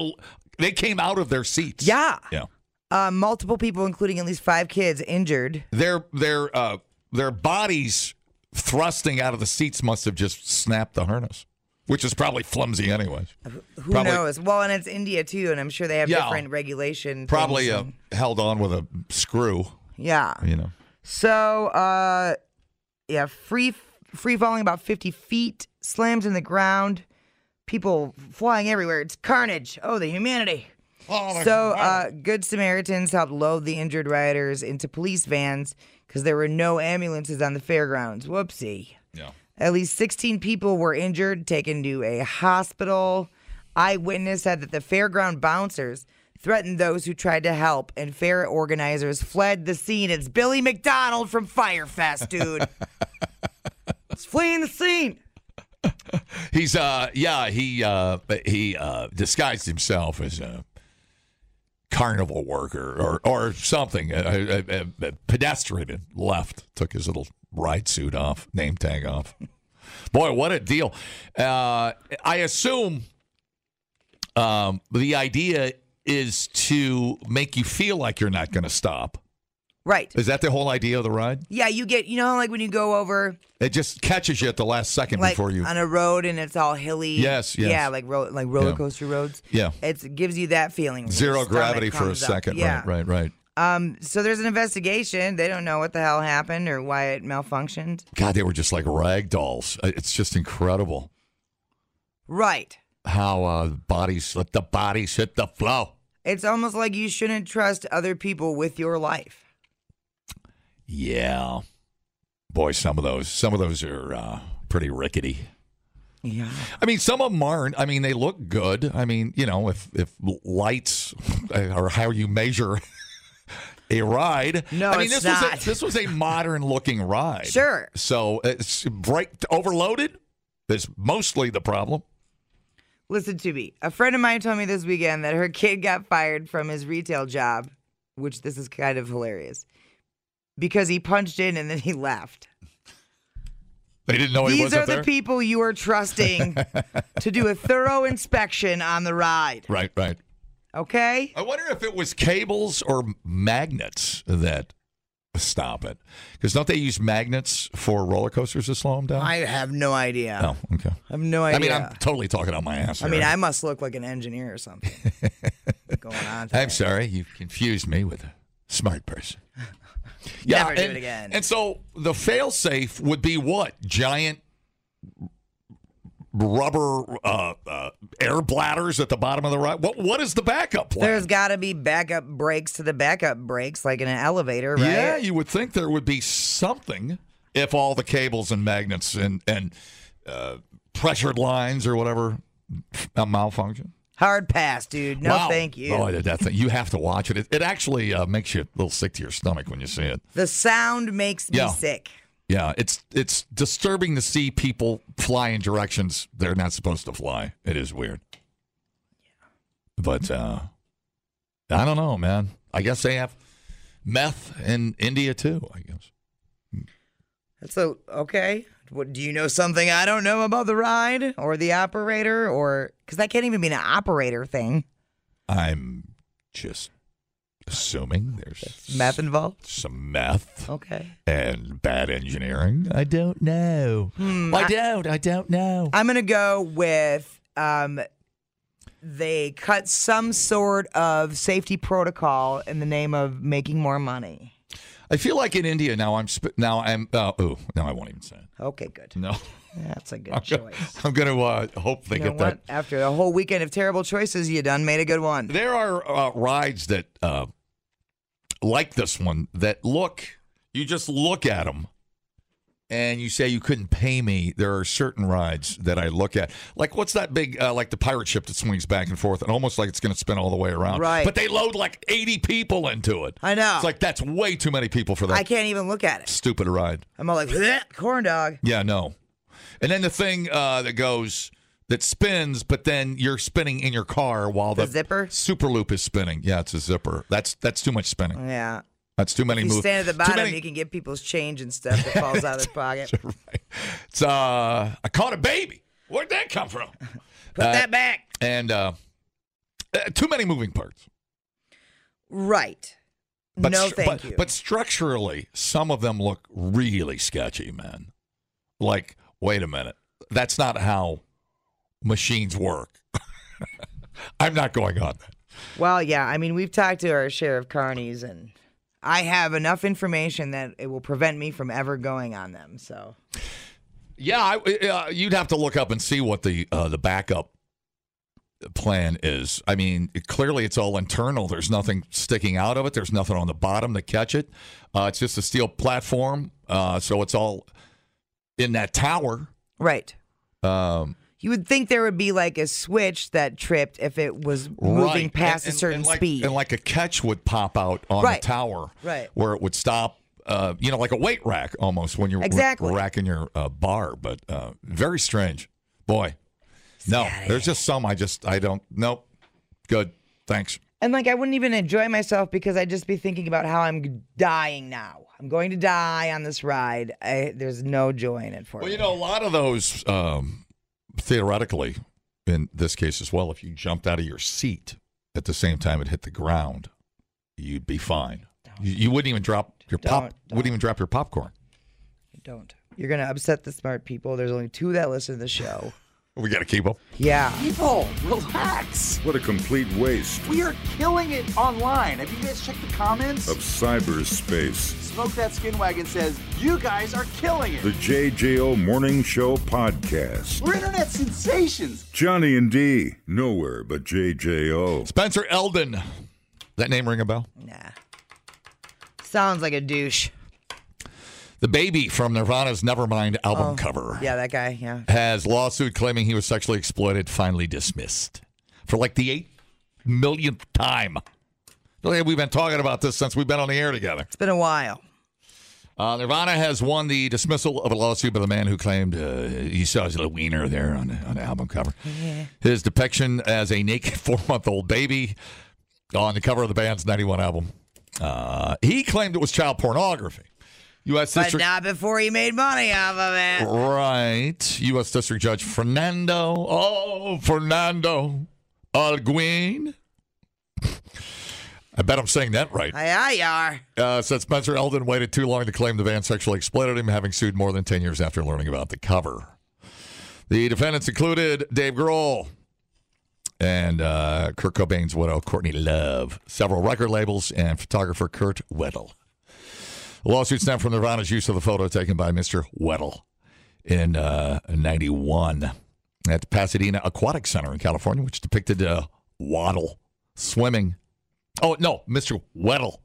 [SPEAKER 3] they came out of their seats.
[SPEAKER 2] Yeah.
[SPEAKER 3] Yeah.
[SPEAKER 2] Uh, multiple people, including at least five kids, injured.
[SPEAKER 3] Their their uh their bodies thrusting out of the seats must have just snapped the harness, which is probably flimsy anyways.
[SPEAKER 2] Who
[SPEAKER 3] Probably-
[SPEAKER 2] knows? Well, and it's India too, and I'm sure they have
[SPEAKER 3] Yeah.
[SPEAKER 2] different regulation.
[SPEAKER 3] Probably
[SPEAKER 2] things
[SPEAKER 3] uh,
[SPEAKER 2] and-
[SPEAKER 3] held on with a screw.
[SPEAKER 2] yeah.
[SPEAKER 3] You know.
[SPEAKER 2] So, uh, yeah, free free falling about 50 feet, slams in the ground, people flying everywhere. It's carnage. Oh, the humanity. so, uh, Good Samaritans helped load the injured riders into police vans because there were no ambulances on the fairgrounds. Whoopsie.
[SPEAKER 3] Yeah.
[SPEAKER 2] At least 16 people were injured, taken to a hospital. Eyewitness said that the fairground bouncers threatened those who tried to help, and fair organizers fled the scene. It's Billy McDonald from Firefest, dude. He's fleeing the scene.
[SPEAKER 3] He's uh yeah, he uh he uh disguised himself as a carnival worker or or something. A, a, a- a pedestrian and left, took his little ride suit off, name tag off. Boy, what a deal. Uh I assume um the idea is to make you feel like you're not going to stop.
[SPEAKER 2] Right.
[SPEAKER 3] Is that the whole idea of the ride?
[SPEAKER 2] Yeah, you get, you know, how, like when you go over
[SPEAKER 3] It just catches you at the last second
[SPEAKER 2] like
[SPEAKER 3] before you
[SPEAKER 2] on a road and it's all hilly.
[SPEAKER 3] Yes, yes.
[SPEAKER 2] Yeah, like ro- like roller
[SPEAKER 3] Yeah.
[SPEAKER 2] coaster roads.
[SPEAKER 3] Yeah.
[SPEAKER 2] It's, it gives you that feeling. where
[SPEAKER 3] zero
[SPEAKER 2] your stomach
[SPEAKER 3] gravity for a
[SPEAKER 2] comes up.
[SPEAKER 3] second.
[SPEAKER 2] Yeah.
[SPEAKER 3] Right, right, right.
[SPEAKER 2] Um, so there's an investigation. They don't know what the hell happened or why it malfunctioned.
[SPEAKER 3] God, they were just like rag dolls. Uh, It's just incredible
[SPEAKER 2] Right.
[SPEAKER 3] how uh, bodies let the bodies hit the flow.
[SPEAKER 2] It's almost like you shouldn't trust other people with your life.
[SPEAKER 3] Yeah, boy, some of those, some of those are uh, pretty rickety.
[SPEAKER 2] Yeah.
[SPEAKER 3] I mean, some of them aren't. I mean, they look good. I mean, you know, if if lights are how you measure a ride.
[SPEAKER 2] No,
[SPEAKER 3] I mean
[SPEAKER 2] it's
[SPEAKER 3] this
[SPEAKER 2] not.
[SPEAKER 3] was a, this was a modern looking ride.
[SPEAKER 2] Sure.
[SPEAKER 3] So it's bright overloaded is mostly the problem.
[SPEAKER 2] Listen to me. A friend of mine told me this weekend that her kid got fired from his retail job, which this is kind of hilarious, because he punched in and then he left.
[SPEAKER 3] They didn't know Oh, he
[SPEAKER 2] These
[SPEAKER 3] wasn't
[SPEAKER 2] are the
[SPEAKER 3] there.
[SPEAKER 2] people you are trusting to do a thorough inspection on the ride.
[SPEAKER 3] right, right.
[SPEAKER 2] Okay?
[SPEAKER 3] I wonder if it was cables or magnets that stop it. Because don't they use magnets for roller coasters to slow them down?
[SPEAKER 2] I have no idea.
[SPEAKER 3] oh, okay.
[SPEAKER 2] I have no
[SPEAKER 3] I
[SPEAKER 2] idea.
[SPEAKER 3] mean, I'm totally talking out my ass.
[SPEAKER 2] I
[SPEAKER 3] here.
[SPEAKER 2] mean, I must look like an engineer or something. What's going on?
[SPEAKER 3] I'm sorry, you confused me with a smart person. Yeah,
[SPEAKER 2] Never do
[SPEAKER 3] and,
[SPEAKER 2] it again.
[SPEAKER 3] And so the failsafe would be what? Giant rubber uh, uh, air bladders at the bottom of the ride. What what is the backup plan?
[SPEAKER 2] There's got to be backup brakes to the backup brakes, like in an elevator, right?
[SPEAKER 3] Yeah, you would think there would be something if all the cables and magnets and and uh, pressured lines or whatever uh, malfunction.
[SPEAKER 2] Hard pass, dude. No,
[SPEAKER 3] Wow.
[SPEAKER 2] thank you.
[SPEAKER 3] Boy, that thing, you have to watch it. It, it actually uh, makes you a little sick to your stomach when you see it.
[SPEAKER 2] The sound makes me
[SPEAKER 3] Yeah.
[SPEAKER 2] sick.
[SPEAKER 3] Yeah, it's it's disturbing to see people fly in directions they're not supposed to fly. It is weird. But uh I don't know, man. I guess they have meth in India too, I guess.
[SPEAKER 2] That's a okay. What, do you know something I don't know about the ride or the operator or because that can't even be an operator thing.
[SPEAKER 3] I'm just assuming there's
[SPEAKER 2] Meth involved.
[SPEAKER 3] some meth.
[SPEAKER 2] Okay.
[SPEAKER 3] And bad engineering. I don't know.
[SPEAKER 2] Hmm,
[SPEAKER 3] I don't. I don't know.
[SPEAKER 2] I'm gonna go with um, they cut some sort of safety protocol in the name of making more money.
[SPEAKER 3] I feel like in India now. I'm sp- now. I'm. Uh, oh, no, I won't even say it.
[SPEAKER 2] Okay, good.
[SPEAKER 3] No,
[SPEAKER 2] That's a good
[SPEAKER 3] I'm
[SPEAKER 2] choice.
[SPEAKER 3] gonna, I'm gonna uh, hope they
[SPEAKER 2] You know
[SPEAKER 3] get that.
[SPEAKER 2] what? After a whole weekend of terrible choices, you done made a good one.
[SPEAKER 3] There are uh, rides that uh, like this one that look. You just look at them, and you say you couldn't pay me. There are certain rides that I look at, like what's that big, uh, like the pirate ship that swings back and forth, and almost like it's going to spin all the way around.
[SPEAKER 2] Right.
[SPEAKER 3] But they load like 80 people into it.
[SPEAKER 2] I know.
[SPEAKER 3] It's like that's way too many people for that
[SPEAKER 2] I can't even look at it.
[SPEAKER 3] stupid ride.
[SPEAKER 2] I'm all like, "Bleh, corn dog.
[SPEAKER 3] Yeah, no. And then the thing uh, that goes that spins, but then you're spinning in your car while the,
[SPEAKER 2] zipper
[SPEAKER 3] super loop is spinning. Yeah, it's a zipper. That's that's too much spinning.
[SPEAKER 2] Yeah.
[SPEAKER 3] That's too many
[SPEAKER 2] If you
[SPEAKER 3] moves.
[SPEAKER 2] stand at the
[SPEAKER 3] Too
[SPEAKER 2] bottom,
[SPEAKER 3] many-
[SPEAKER 2] you can get people's change and stuff that falls out of their pocket.
[SPEAKER 3] it's, uh, I caught a baby. Where'd that come from?
[SPEAKER 2] Put that back.
[SPEAKER 3] And uh, uh, too many moving parts.
[SPEAKER 2] Right. no,
[SPEAKER 3] stru-
[SPEAKER 2] thank
[SPEAKER 3] but,
[SPEAKER 2] you.
[SPEAKER 3] But structurally, some of them look really sketchy, man. Like, wait a minute, that's not how machines work. I'm not going on that.
[SPEAKER 2] Well, yeah. I mean, we've talked to our share of carnies, and I have enough information that it will prevent me from ever going on them. So
[SPEAKER 3] Yeah, I, uh, you'd have to look up and see what the uh, the backup plan is. I mean, clearly it's all internal. There's nothing sticking out of it. There's nothing on the bottom to catch it. Uh, it's just a steel platform, uh, so it's all in that tower.
[SPEAKER 2] Right.
[SPEAKER 3] Um,
[SPEAKER 2] you would think there would be like a switch that tripped if it was moving
[SPEAKER 3] Right.
[SPEAKER 2] past
[SPEAKER 3] And-
[SPEAKER 2] a
[SPEAKER 3] and-
[SPEAKER 2] certain
[SPEAKER 3] and like-
[SPEAKER 2] speed.
[SPEAKER 3] And like a catch would pop out on
[SPEAKER 2] Right.
[SPEAKER 3] the tower,
[SPEAKER 2] Right.
[SPEAKER 3] Where it would stop, uh, you know, like a weight rack almost when you're
[SPEAKER 2] Exactly.
[SPEAKER 3] racking your uh, bar. But uh, very strange, boy. No, there's just some I just I don't. Nope. Good. Thanks.
[SPEAKER 2] And like I wouldn't even enjoy myself because I'd just be thinking about how I'm dying now. I'm going to die on this ride. I, there's no joy in it for
[SPEAKER 3] Well,
[SPEAKER 2] me.
[SPEAKER 3] you know, a lot of those um, theoretically, in this case as well, if you jumped out of your seat at the same time it hit the ground, you'd be fine. You, you wouldn't even drop your pop. Wouldn't even drop your popcorn.
[SPEAKER 2] Don't. You're gonna upset the smart people. There's only two that listen to the show.
[SPEAKER 3] We got to keep them.
[SPEAKER 2] Yeah.
[SPEAKER 8] People, relax.
[SPEAKER 1] What a complete waste
[SPEAKER 8] We are killing it online. Have you guys checked the comments?
[SPEAKER 3] Oh.
[SPEAKER 1] of cyberspace.
[SPEAKER 8] Smoke That Skin Wagon says, You guys are killing
[SPEAKER 1] The
[SPEAKER 8] it.
[SPEAKER 1] JJO Morning Show Podcast.
[SPEAKER 8] We're internet sensations.
[SPEAKER 1] Johnny and D, nowhere but JJO.
[SPEAKER 3] Spencer Eldon. That name ring a bell?
[SPEAKER 2] Nah. Sounds like a douche.
[SPEAKER 3] The baby from Nirvana's Nevermind album cover
[SPEAKER 2] Yeah, that guy. Yeah.
[SPEAKER 3] has lawsuit claiming he was sexually exploited finally dismissed for like the eight millionth time. Like, We've been talking about this since we've been on the air together.
[SPEAKER 2] It's been a while.
[SPEAKER 3] Uh, Nirvana has won the dismissal of a lawsuit by the man who claimed uh, he saw his little wiener there on the, on the album cover. His depiction as a naked four month old baby on the cover of the band's 91 album. Uh, he claimed it was child pornography. U.S.
[SPEAKER 2] But
[SPEAKER 3] District-
[SPEAKER 2] not before he made money off of it.
[SPEAKER 3] Right. U.S. District Judge Fernando. Oh, Fernando Alguin. I bet I'm saying that right.
[SPEAKER 2] Aye, aye, yar.
[SPEAKER 3] Uh, said Spencer Eldon waited too long to claim the van sexually exploited him, having sued more than 10 years after learning about the cover. The defendants included Dave Grohl and uh, Kurt Cobain's widow, Courtney Love, several record labels, and photographer Kurt Weddle. The lawsuit stemmed from Nirvana's use of the photo taken by Mr. Weddle in uh, 91 at the Pasadena Aquatic Center in California, which depicted uh, Waddle swimming. Oh, no, Mr. Weddle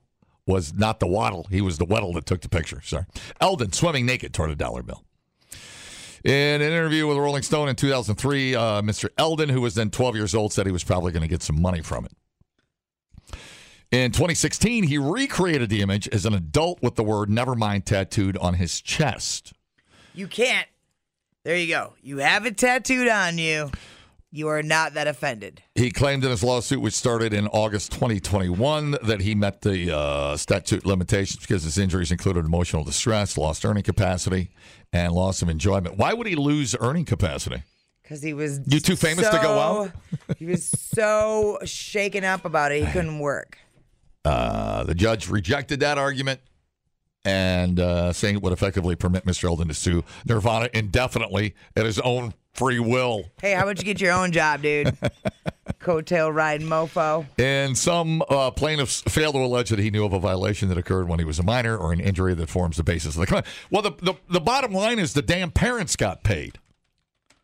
[SPEAKER 3] was not the Waddle. He was the Weddle that took the picture. Sorry. Eldon swimming naked toward a dollar bill. In an interview with Rolling Stone in 2003, uh, Mr. Eldon, who was then 12 years old, said he was probably going to get some money from it. In 2016, he recreated the image as an adult with the word Nevermind tattooed on his chest.
[SPEAKER 2] You can't. There you go. You have it tattooed on you. You are not that offended.
[SPEAKER 3] He claimed in his lawsuit, which started in August 2021, that he met the uh, statute limitations because his injuries included emotional distress, lost earning capacity, and loss of enjoyment. Why would he lose earning capacity?
[SPEAKER 2] Because he was
[SPEAKER 3] You too famous to go out?
[SPEAKER 2] so- he was so shaken up about it, he couldn't work.
[SPEAKER 3] Uh, the judge rejected that argument and uh, saying it would effectively permit Mr. Eldon to sue Nirvana indefinitely at his own free will.
[SPEAKER 2] Hey, how about you get your own job, dude? Coattail riding mofo.
[SPEAKER 3] And some uh, plaintiffs fail to allege that he knew of a violation that occurred when he was a minor or an injury that forms the basis of the claim. Well, the, the, the bottom line is the damn parents got paid.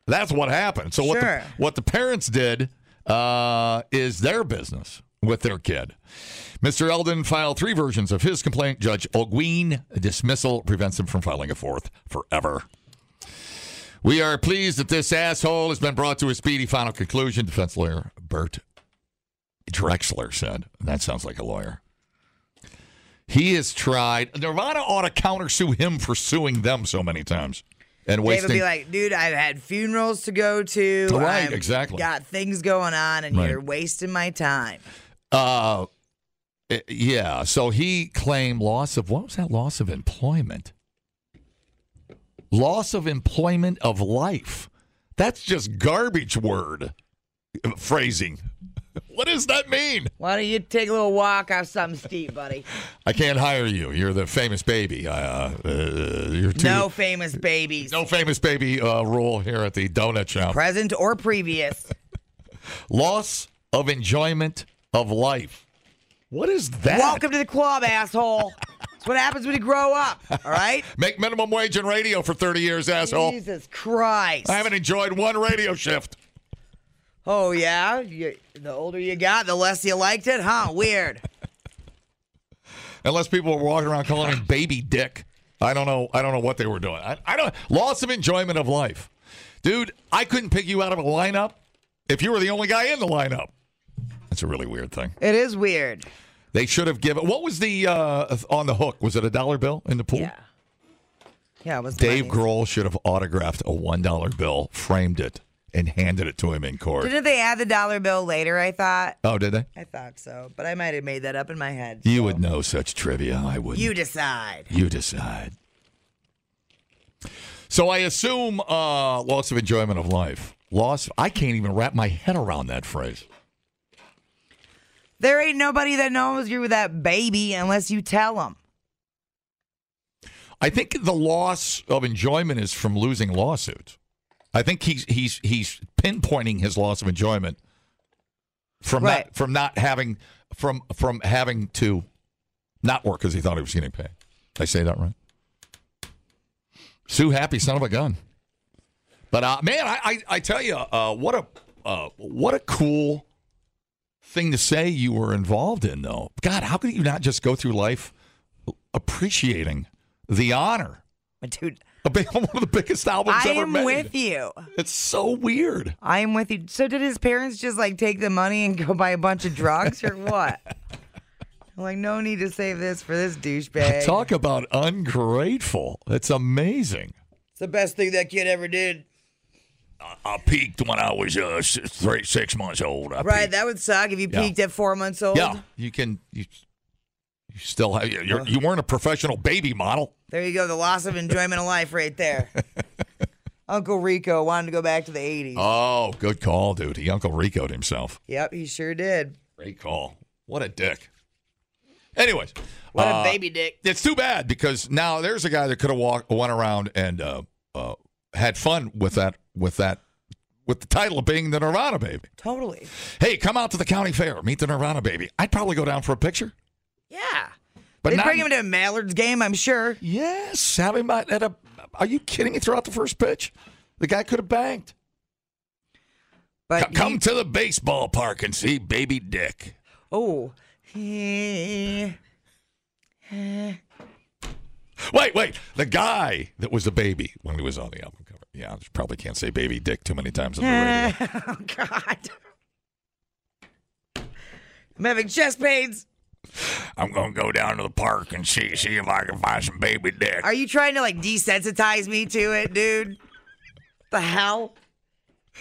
[SPEAKER 3] That's what happened. So what,
[SPEAKER 2] Sure.
[SPEAKER 3] the, what the parents did uh, is their business with their kid. Mr. Eldon filed three versions of his complaint. Judge Olguin dismissal prevents him from filing a fourth forever. We are pleased that this asshole has been brought to a speedy final conclusion, defense lawyer Bert Drexler said. That sounds like a lawyer. He has tried. Nirvana ought to countersue him for suing them so many times and
[SPEAKER 2] Dave would
[SPEAKER 3] wasting.
[SPEAKER 2] be like, dude, I've had funerals to go to.
[SPEAKER 3] Right,
[SPEAKER 2] I've
[SPEAKER 3] exactly.
[SPEAKER 2] Got things going on, and
[SPEAKER 3] Right.
[SPEAKER 2] you're wasting my time.
[SPEAKER 3] uh, eh, yeah. So he claimed loss of what was that? Loss of employment. Loss of employment of life. That's just garbage word eh, phrasing. What does that mean?
[SPEAKER 2] Why don't you take a little walk off something steep, buddy?
[SPEAKER 3] I can't hire you. You're the famous baby. Uh, uh, you're too
[SPEAKER 2] no famous babies,
[SPEAKER 3] No famous baby uh, rule here at the donut shop.
[SPEAKER 2] present or previous.
[SPEAKER 3] Loss of enjoyment of life. What is that?
[SPEAKER 2] Welcome to the club, asshole. That's what happens when you grow up. All right.
[SPEAKER 3] Make minimum wage in radio for 30 years, asshole.
[SPEAKER 2] Jesus Christ.
[SPEAKER 3] I haven't enjoyed one radio shift.
[SPEAKER 2] Oh yeah. You, the older you got, the less you liked it, huh? Weird.
[SPEAKER 3] Unless people were walking around calling him baby dick. I don't know. I don't know what they were doing. I, I don't loss of enjoyment of life. Dude, I couldn't pick you out of a lineup if you were the only guy in the lineup. That's a really weird thing.
[SPEAKER 2] It is weird.
[SPEAKER 3] They should have given what was the uh, on the hook? Was it a dollar bill in the pool? Yeah.
[SPEAKER 2] Yeah, it was
[SPEAKER 3] Dave
[SPEAKER 2] money.
[SPEAKER 3] Grohl should have autographed a one dollar bill, framed it, and handed it to him in court.
[SPEAKER 2] Didn't they add the dollar bill later? I thought.
[SPEAKER 3] oh, did they?
[SPEAKER 2] I thought so, but I might have made that up in my head.
[SPEAKER 3] You would know such trivia. I
[SPEAKER 2] Oh.
[SPEAKER 3] wouldn't.
[SPEAKER 2] You decide.
[SPEAKER 3] You decide. So I assume uh, loss of enjoyment of life. Loss. I can't even wrap my head around that phrase.
[SPEAKER 2] There ain't nobody that knows you're that baby unless you tell them.
[SPEAKER 3] I think the loss of enjoyment is from losing lawsuits. I think he's he's he's pinpointing his loss of enjoyment from
[SPEAKER 2] Right.
[SPEAKER 3] not, from not having from from having to not work because he thought he was getting paid. Did I say that right? Sue Happy, son of a gun. But uh, man, I, I I tell you, uh, what a uh, what a cool thing to say you were involved in, though. God, how could you not just go through life appreciating the honor?
[SPEAKER 2] Dude,
[SPEAKER 3] A big- one of the biggest albums
[SPEAKER 2] I
[SPEAKER 3] ever
[SPEAKER 2] am
[SPEAKER 3] made.
[SPEAKER 2] with you.
[SPEAKER 3] It's so weird.
[SPEAKER 2] I am with you. So did his parents just like take the money and go buy a bunch of drugs or what? I'm like, no need to save this for this douchebag.
[SPEAKER 3] Talk about ungrateful. It's amazing.
[SPEAKER 2] it's the best thing that kid ever did.
[SPEAKER 3] I peaked when I was uh, s- three, six months old. I
[SPEAKER 2] right, that would suck if you
[SPEAKER 3] Yeah.
[SPEAKER 2] peaked at four months old.
[SPEAKER 3] Yeah, you can. You, you still have. You're, you weren't a professional baby model.
[SPEAKER 2] There you go, the loss of enjoyment of life right there. Uncle Rico wanted to go back to the 80s.
[SPEAKER 3] Oh, good call, dude. He Uncle Rico'd himself.
[SPEAKER 2] yep, he sure did.
[SPEAKER 3] Great call. What a dick. Anyways,
[SPEAKER 2] What
[SPEAKER 3] uh,
[SPEAKER 2] a baby dick.
[SPEAKER 3] It's too bad because now there's a guy that could have walked, went around and uh, uh, had fun with that, with that, with the title of being the Nirvana baby.
[SPEAKER 2] Totally.
[SPEAKER 3] Hey, come out to the county fair, meet the Nirvana baby. I'd probably go down for a picture.
[SPEAKER 2] Yeah.
[SPEAKER 3] But
[SPEAKER 2] they
[SPEAKER 3] not-
[SPEAKER 2] bring him to Mallard's game, I'm sure.
[SPEAKER 3] Yes, have him at at a. Are you kidding me? Throughout the first pitch, the guy could have banked.
[SPEAKER 2] But Uh,
[SPEAKER 3] "C- come to the baseball park and see baby Dick.
[SPEAKER 2] Oh. Wait,
[SPEAKER 3] Wait, wait. The guy that was the baby when he was on the album cover. Yeah, I probably can't say baby dick too many times on the radio.
[SPEAKER 2] oh God. I'm having chest pains.
[SPEAKER 3] I'm gonna go down to the park and see see if I can find some baby dick.
[SPEAKER 2] Are you trying to like desensitize me to it, dude? The hell?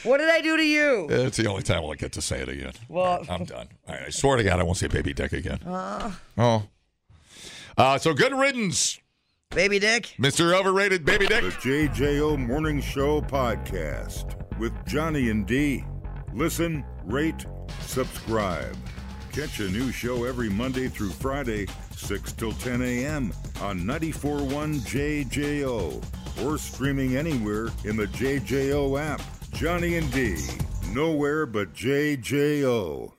[SPEAKER 2] What did I do to you?
[SPEAKER 3] It's the only time I'll get to say it again.
[SPEAKER 2] Well-
[SPEAKER 3] All right, I'm done. All right, I swear to God, I won't say baby dick again.
[SPEAKER 2] Uh,
[SPEAKER 3] Oh. Uh, so good riddance,
[SPEAKER 2] baby dick.
[SPEAKER 3] Mr. Overrated Baby Dick.
[SPEAKER 1] The JJO Morning Show podcast with Johnny and D. Listen, rate, subscribe. Catch a new show every Monday through Friday, 6 till 10 a.m. on 94.1 JJO or streaming anywhere in the JJO app. Johnny and D. Nowhere but JJO.